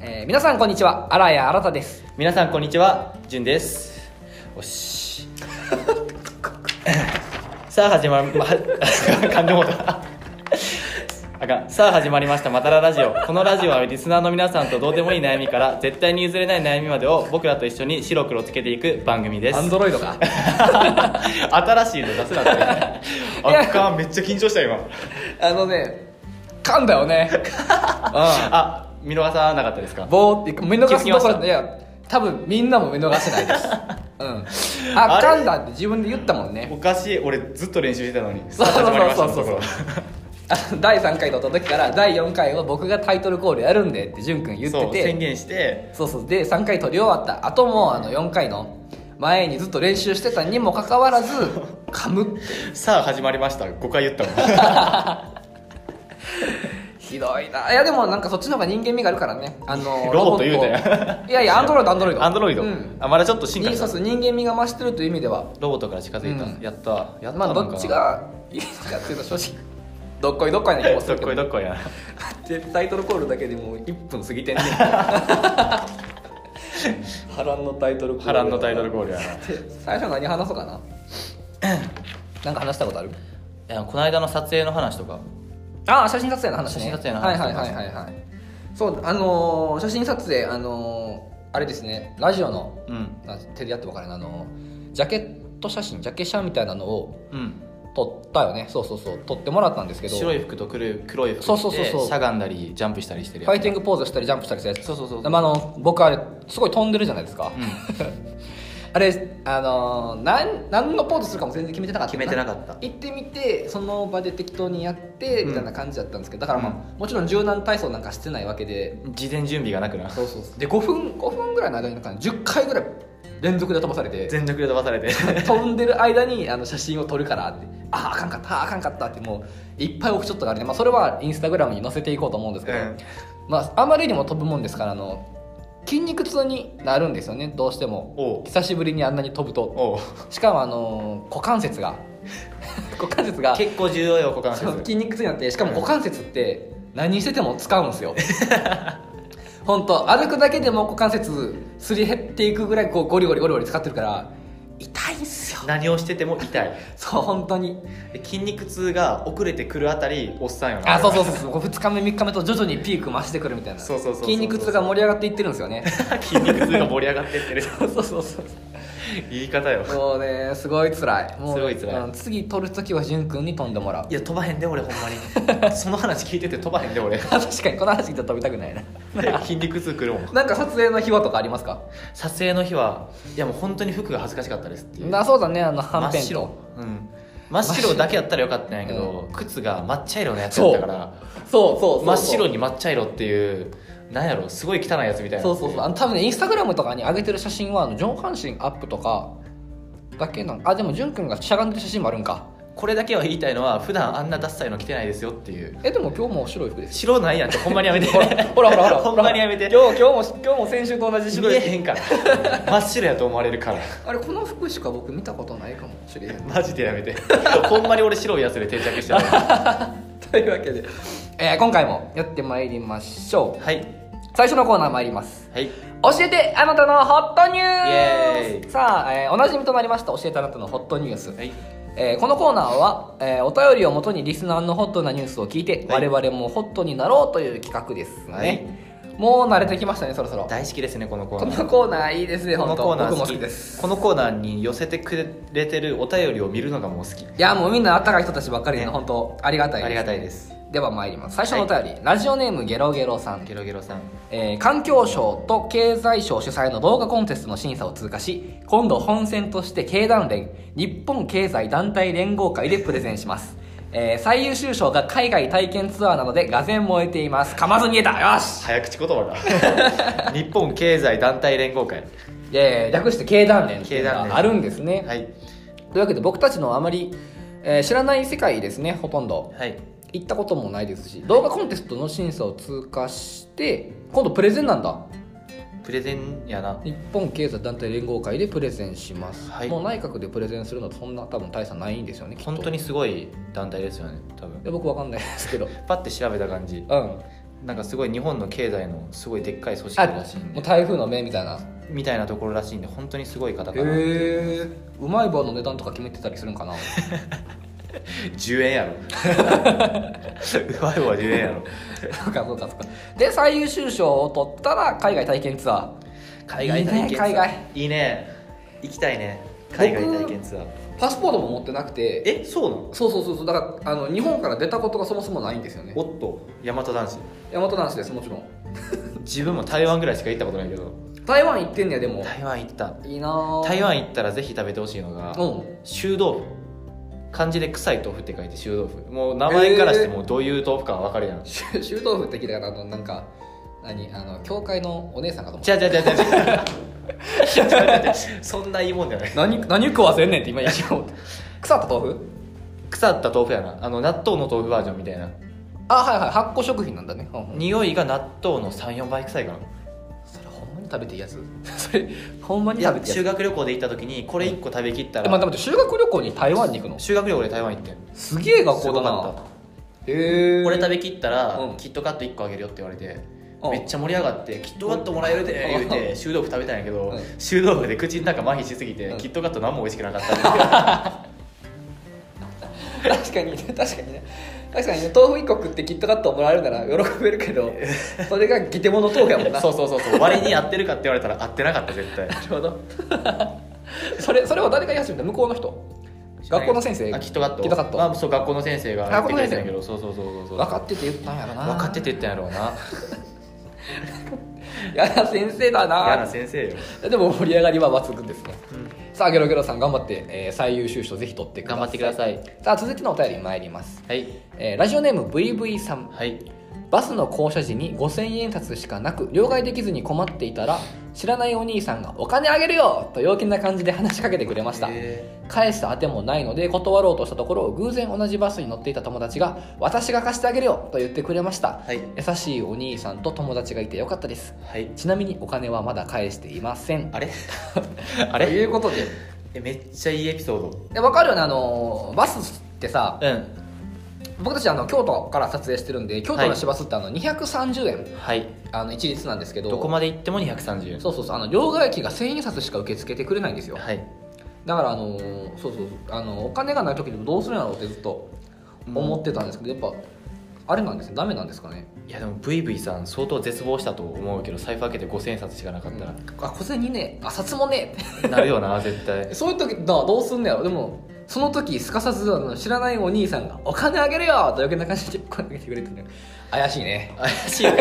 えー皆さんこんにちは荒谷新太です皆さんこんにちはじゅんですおしさあ始ま りま感情もだあかんさあ始まりました「またらラジオ」このラジオはリスナーの皆さんとどうでもいい悩みから絶対に譲れない悩みまでを僕らと一緒に白黒つけていく番組ですアンドロイドか 新しいの出すなって あかんめっちゃ緊張した今あのね噛んだよねうあ見逃さなかったですかんぼーって見逃す気とづきこましたろいや多分みんなも見逃してない ですうんああれ噛んだって自分で言ったもんねおかしい俺ずっと練習してたのにそうそうそうそうさあ始まりましたのところあの 第3回撮った時から第4回を僕がタイトルコールやるんでって潤くん言ってそうて宣言してそうそうで3回撮り終わった後もあの4回の前にずっと練習してたにもかかわらず噛むってさあ始まりました5回言ったもんひどいないやでもなんかそっちの方が人間味があるからねあの ロボット言うたやロボットいやいやアンドロイドアンドロイドアンドロイド、うんあまだちょっと進化人したそうそう人間味が増してるという意味ではロボットから近づいた、うんやったやったまあなんかどっちがいいかっていうと正直 どっこいどっこいな気もすどるっけどこ いどっこいやでタイトルコールだけでもう1分過ぎ てんねん波乱のタイトルコール波乱のタイトルコールやなで 最初何話そうかな なんか話したことあるいやこの間の撮影の話とかああ写真撮影の話、ね、写真撮影の話はいはいはいはいはいそうあのー写真撮影あのーあれですねラジオのうんあ手でやっても分からないあのージャケット写真ジャケ写みたいなのをうん撮ったよねそうそうそう撮ってもらったんですけど白い服と黒い黒い服着てそうそうそうそうしゃがんだりジャンプしたりしてるフやァつイティングポーズしたりジャンプしたりしたやつそうそうそうまあ、あの僕あれすごい飛んでるじゃないですか、うんあれあのーなん何のポーズするかも全然決めてなかった決めてなかった行ってみてその場で適当にやってみたいな感じだったんですけど、だからまあ、うもちろん柔軟体操なんかしてないわけで事前準備がなくなそうそうそうで5分5分ぐらいの間になんか10回ぐらい連続で飛ばされて全力で飛ばされて飛んでる間にあの写真を撮るからってあああかんかったあーあかんかったってもういっぱいオフショットがあるね、まあ、それはインスタグラムに載せていこうと思うんですけど、うんまあ、あまりにも飛ぶもんですからあの筋肉痛になるんですよねどうしてもおう久しぶりにあんなに飛ぶとおうしかもあの股関節が 股関節が結構重要よ股関そう節筋肉痛になってしかも股関節って何してても使うんですよ本当歩くだけでも股関節すり減っていくぐらいこうゴリゴリゴリゴリ使ってるから痛いんすよ何をしてても痛いそう本当にで筋肉痛が遅れてくるあたりおっさんよなあそうそうそう そう2日目3日目と徐々にピーク増してくるみたいなそうそうそうそう筋肉痛が盛り上がっていってるんですよ ね 筋肉痛が盛り上がってってるそうそうそうそう言い方よもうねすごい辛いもうすごい辛いうん次取る時は潤くんに飛んでもらういや飛ばへんで俺ほんま にその話聞いてて飛ばへんで 俺確かにこの話聞いたら飛びたくないな 筋肉痛くるもんなんか撮影の秘話とかありますか撮影の日はいやもう本当に服が恥ずかしかったですっていうなそうだねあのは真んっぺん白とうん真っ白だけやったらよかったんやけど、靴が抹茶色のやつやったからそうそうそうそう真っ白に抹茶色っていうなんやろすごい汚いやつみたいなそうそうそうあの多分ねインスタグラムとかに上げてる写真はあの上半身アップとかだけなんあでも潤くんがしゃがんでる写真もあるんかこれだけは言いたいのは普段あんなダッサいの着てないですよっていうえでも今日も白い服ですよ白ないやんってほんまに やめてほらほらほらほらほんまにやめて今日今日も今日も先週と同じ白見いえ服へん から真っ白やと思われるからあれこの服しか僕見たことないかもしれへ んマジでやめてほんまに俺白いやつで定 着してるというわけで、えー今回もやってまいりましょうはい最初のコーナー参りますはい教えてあなたのホットニュイエーースさあ、えーおなじみとなりました教えてあなたのホットニュース、はいえーこのコーナーは、えーお便りをもとにリスナーのホットなニュースを聞いて、はい我々もホットになろうという企画ですね、はいもう慣れてきましたねそろそろ大好きですねこのコこーナのーコーナーいいですねこ本の当コーナー僕も好きですこのコーナーに寄せてくれてるお便りを見るのがもう好きいやもうみんなあったかい人たちばっかりで、ね本当ありがたいですありがたいですでは参ります最初のお便り、ラジオネームゲロゲロさんゲロゲロさんえー環境省と経済省主催の動画コンテストの審査を通過し今度本選として経団連日本経済団体連合会でプレゼンします、えー最優秀賞が海外体験ツアーなのでがぜん燃えています噛まずに言えたよし早口言葉だ 日本経済団体連合会えー略して経団連っていうの経団が連あるんですね、はいというわけで僕たちのあまり、えー知らない世界ですねほとんどはい行ったこともないですし動画コンテストの審査を通過して今度プレゼンなんだプレゼンやな日本経済団体連合会でプレゼンします、はいもう内閣でプレゼンするのはそんな多分大差ないんですよねきっと本当ににすごい団体ですよね多分 僕わかんないですけどパッて調べた感じうんなんかすごい日本の経済のすごいでっかい組織あらしいんもうで台風の目みたいなへみたいなところらしいんで本当にすごい方かなえうまい棒の値段とか決めてたりするんか な10円やろ うまいわ10円やろそうかそうかそうかで最優秀賞を取ったら海外体験ツア海外体験ツアーいいね海外いいね行きたいね海外体験ツアーーパスポートも持ってなくてえそうなのそうそうそうそうだからあの日本から出たことがそもそもないんですよねおっと大和男子大和男子ですもちろん自分も台湾ぐらいしか行ったことないけど台湾行ってんねやでも台湾行ったいいなぁ台湾行ったらぜひ食べてほしいのがうん臭豆腐漢字で臭い豆腐って書いて臭豆腐もう名前からしてえーもうどういう豆腐かわかるやんしゅ 臭豆腐って聞いたからあのなんか何あの教会のお姉さんかと思っ違たう違う違う 違う違う違う違うそんないいもんじゃない 何何食わせんねんって今一応思った 腐った豆腐腐った豆腐やなあの納豆の豆腐バージョンみたいなあはいはい発酵食品なんだね、うんうん匂いが納豆の34倍臭いかなそれほんまに食べていいやつ それほんまいに食やべていい修やつ学旅行で行った時にこれ1個食べきったえ、まあ、ら待って修学旅行に台湾に行くの修学旅行で台湾行ってんすげえ学す校ごだかったなへえこれ食べきったら、うんキットカット1個あげるよって言われて、うんめっちゃ盛り上がって「キットカットもらえるで」言うて臭豆腐食べたんやけどうん臭、豆腐で口の中麻痺しすぎて、うんキットカット何も美味しくなかったん ですよ確かにね確かにね確かにね豆腐一個食ってキットカットもらえるなら喜べるけ どそれがギテモの豆腐やもんなそうそうそうそう割に合ってるかって言われたら合ってなかった絶対なるほどそれそれを誰が言い始めた向こうの人学校の先生あキットカットキットカットまあ、そう学校の先生が学校のやっ先て生くれたんやけどそうそうそうそうそう分かってて言ったんやろな分かってて言ったんやろうな嫌な先生だ嫌なな先生よでも盛り上がりは抜群ですね、さあゲロゲロさん頑張って、えー最優秀賞ぜひ取ってください頑張ってくださいさあ続いてのお便り参ります、はいえーラジオネーム VV さんはいバスの降車時に5000円札しかなく両替できずに困っていたら知らないお兄さんが「お金あげるよ!」と陽気な感じで話しかけてくれましたえ返したあてもないので断ろうとしたところ偶然同じバスに乗っていた友達が「私が貸してあげるよ!」と言ってくれましたーはい優しいお兄さんと友達がいてよかったですはいちなみにお金はまだ返していません あれあれということでえめっちゃいいエピソードで分かるよねあのバスってさうん僕たちあの京都から撮影してるんで京都の市バスってあの230円、はいあの一律なんですけどどこまで行っても230円そうそうそうあの両替機が1000円札しか受け付けてくれないんですよはいだからあのーそうそうあのお金がない時でもどうするんやろうってずっと思ってたんですけど、やっぱあれなんですねダメなんですかねいやでもブイブイさん相当絶望したと思うけど財布開けて5000円札しかなかったら、あ小銭ねえあ札もね なるよな 絶対えそういう時だどうすんのやろでもその時すかさずあの知らないお兄さんが「お金あげるよ!」と余計な感じで声かけてくれてね怪しいね怪しいかい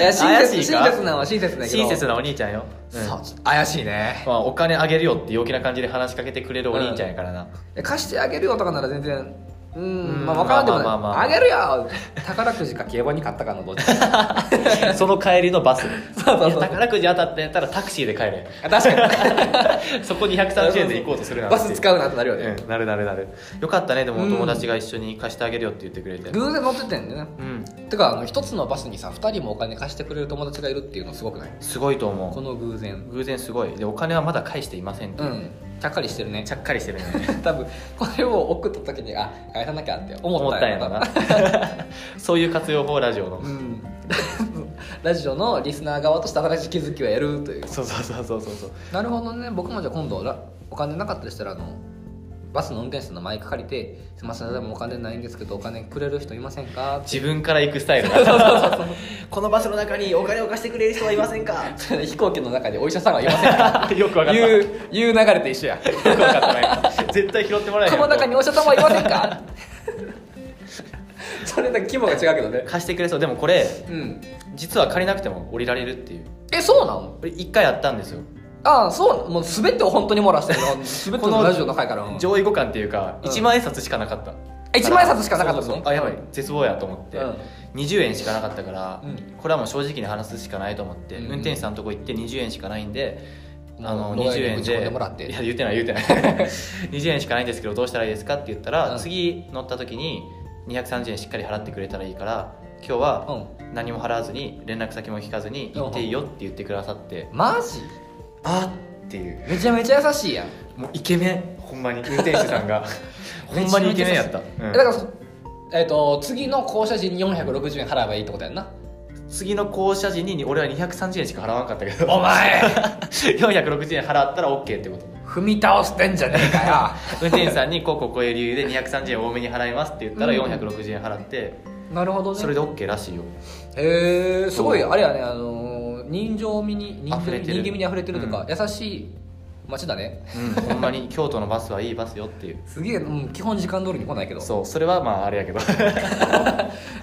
や親切怪しいか親切なのは親切だけど親切なお兄ちゃんよ、うんそうちょっと怪しいねまあ、お金あげるよって陽気な感じで話しかけてくれるお兄ちゃんやから な、え貸してあげるよとかなら全然うーうんんまあ分からんでもない、まあまあまあまああげるよ宝くじか競馬に買ったかのどっち かその帰りのバスそうそうそういや宝くじ当たったんやったらタクシーで帰れあ確かそこ230円で行こうとするになバスう使うなってなるよね、うんなるなるなるよかったねでもうおん友達が一緒に貸してあげるよって言ってくれて偶然乗っててんだよねうんてかあの一つのバスにさ2人もお金貸してくれる友達がいるっていうのすごくないすごいとこ思の偶然う偶然すごいでお金はまだ返していませんってういうんちゃっかりしてるね ちゃっかりしてるね多分これを送った時にあ返さなきゃって思 思っったたんんややろろなな そういう活用法ラジオの うん ラジオのリスナー側として新しい気づきをやるというそうそうそうそうそうそうなるほどね僕もじゃあ今度らお金なかったりしたらあのバスの運転手さんのマイク借りて「すいませんでもお金ないんですけどお金くれる人いません か?」自分から行くスタイルなこのバスの中にお金を貸してくれる人はいませんか飛行機の中でお医者さんはいませんか よくわかった言う言う流れと一緒やよくわかった ね絶対拾ってもらえへんこやんの中にお医者さんはいませんか それだけ規模が違うけどね貸してくれそうでもこれうん実は借りなくても降りられるっていうえそうなのこれ一回あったんですよああそうもう全てを本当に漏らしてるの 全てのラジオの回からうん上位互換っていうかうん1万円札しかなかったえ1万円札しかなかったのそうそうそうあやばい絶望やと思って、うん20円しかなかったから、うんこれはもう正直に話すしかないと思って、うん運転手さんのとこ行って20円しかないんで、うんあものう20円ロイヤルに打ち込んででもらっていや言ってない言ってない 20円しかないんですけどどうしたらいいですかって言ったら、うん次乗った時に230円しっかり払ってくれたらいいから今日は何も払わずに連絡先も聞かずに行っていいよって言ってくださって、マジあっていうめちゃめちゃ優しいやんもうイケメンほんまに運転手さん がほんまにイケメンやった、うんえだからそえっ、と次の降車時に460円払えばいいってことやんな次の降車時に俺は230円しか払わなかったけど お前460円払ったら OK っ てこと踏み倒してんじゃねえか運転手さんにこうこうこういう理由で230円多めに払いますって言ったらうん460円払ってよ なるほどねそれで OK らしいよえー、すごいそうあれやね、あのー人情味に人溢情れて人る間味に溢れてるとか、う優しい街だねうんほんまに京都のバスはいいバスよっていうすげえ、うん、基本時間通りに来ないけどそうそれはまああれや けど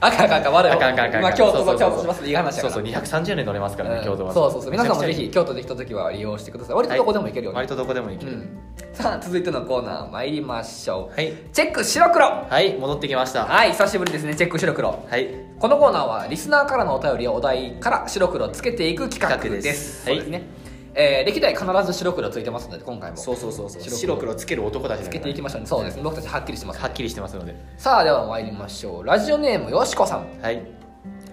あかんあかんあかん悪いあかんあかんあかん今京都そうそうそう京都しますいい話やかそらうそう230円で乗れますからね、うん京都はそうそうそう皆さんもぜめひち京都で来た時は利用してください割ゃくとちゃいいどこでも行けるよね、割とどこでも行けうる、ん、さあ続いてのコーナー参りましょう、はいチェック白黒はい戻ってきましたはい久しぶりですねチェック白黒はいこのコーナーはリスナーからのお便りやお題から白黒つけていく企画ですそう企で画ですすね、えー歴代必ず白黒ついてますので今回もそうそうそうそう白黒白黒つける男たちだつからけていきましょうねそうですね僕たちはっきりしてますはっきりしてますのでさあでは参りましょうラジオネームよしこさん、はい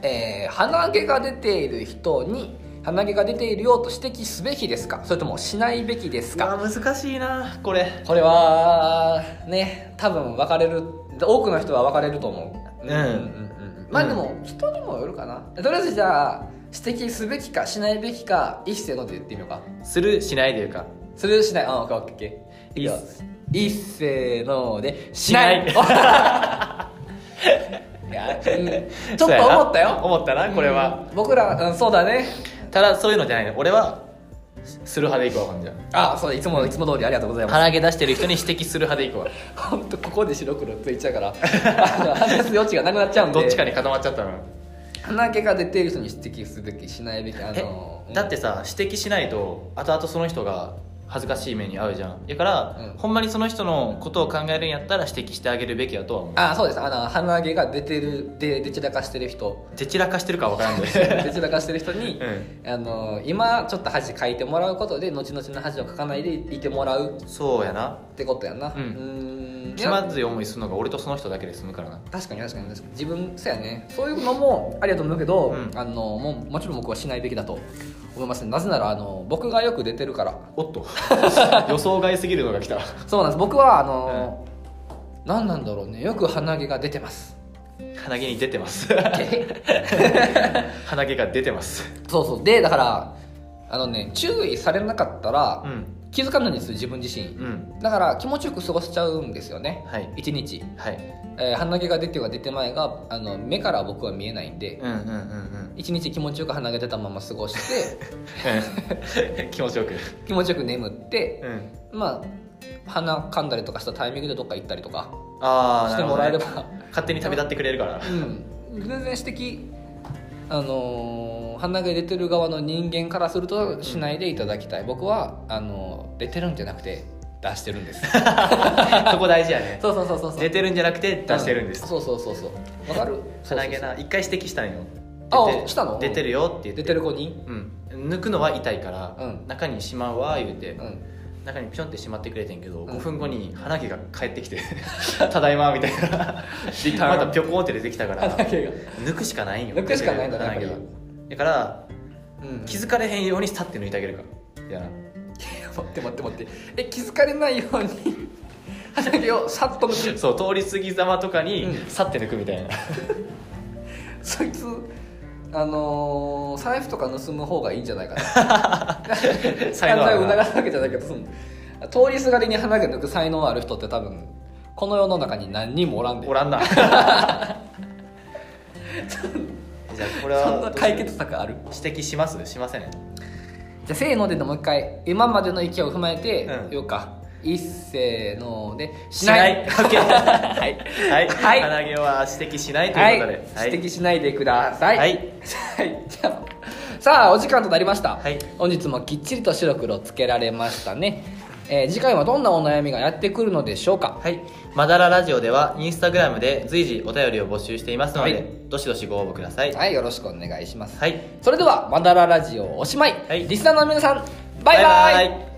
えー鼻毛が出ている人に鼻毛が出ているよと指摘すべきですかそれともしないべきですか難しいなこれこれはね多分分かれる多くの人は分かれると思ううんうんまあでも人にもよるかなとりあえずじゃあ指摘すべきかしないべきか一斉ので言ってみようかするしないというかそれしないあオッケーオッケーいいよいっ一斉のでししなないい いやうんちょっと思ったそうやなよ思ったなこれは、うん僕らうんそうだねただそういうのじゃないの俺はする派でいこうほんじゃあそうだいつもいつも通りありがとうございます鼻毛出してる人に指摘する派でいこう本当ここで白黒ついちゃうからあの話す余地がなくなっちゃうんでどっちかに固まっちゃったの鼻毛が出ている人に指摘すべきしないべきあのえだってさ指摘しないと後々その人が恥ずかしい目に遭うじゃんだから、うんほんまにその人のことを考えるんやったら指摘してあげるべきやとは思うあそうですあの鼻毛が出てるででちらかしてる 人でちらかしてるかわから んででちらかしてる人に、あの今ちょっと恥かいてもらうことで後々の恥をかかないでいてもらうそうやなってことやなうんーんい気やまずい思いするのが俺とその人だけで済むからな確かに確かに確かに自分そうやねそういうのもありだと思うけど、うんあのもうもちろん僕はしないべきだと思いますねなぜならあの僕がよく出てるからお っと予想外すぎるのが来たそうなんです僕はあの、何なんだろうねよく鼻毛が出てます鼻毛に出てま すえ鼻毛が出てますそうそうでだからあのね注意されなかったら、うん気づかないんですよ自分自身、うんだから気持ちよく過ごしちゃうんですよねはい一日、はいえー鼻毛が出ては出て前があの目から僕は見えないんでうんうんうんうん一日気持ちよく鼻毛出たまま過ごして気持ちよく 気持ちよく眠って、んまあ鼻噛んだりとかしたタイミングでどっか行ったりとかああしてもらえれば、勝手に旅立ってくれ るからうん、全然指摘あのー鼻毛出てる側の人間からするとしないでいただきたい、僕はあのー出てるんじゃなくて出してるんですそこ大事やね そうそうそうそうそう出てるんじゃなくて出してるんですそうそうそうそうわかる鼻毛そうそうな一回指摘したんよあ出てしたの出てるよってそう言出っててる子にうん抜くのは痛いから、うん中にしまうわ言うて、うん中にピョンってしまってくれてんけど、ん5分後に鼻毛が帰ってき て「ただいま」みたいなリターンまたピョコーンって出てきたから 鼻毛が抜くしかないんよ抜くしかないんだね鼻毛がやっぱだからうん気づかれへんように立って抜いてあげるからいやな待って待って待ってえ気づかれないように鼻毛をさっと抜くそう通り過ぎざまとかにうん去って抜くみ たいな、そいつあのー財布とか盗む方がいいんじゃないかな才才能能あるをな促すわけじゃないけどその通りすがりに鼻毛抜く才能ある人って多分この世の中に何人もおらんでおら んなじゃあこれはそんな解決策ある指摘しますしませんじゃあせーのでのもう一回今までの息を踏まえてうん言おうか、一せーのでししなない い OK はい、はいはい鼻毛は指摘しないとはいいうことで、指摘しないでくださいはいはいじゃあさあお時間となりました、はい本日もきっちりと白黒つけられましたね、えー次回はどんなお悩みがやってくるのでしょうかはい、まだらラジオではインスタグラムで随時お便りを募集していますので、はいどしどしご応募ください。はいよろしくお願いしますはい、それではマダララジオおしまい、はいリスナーの皆さんバイバイイ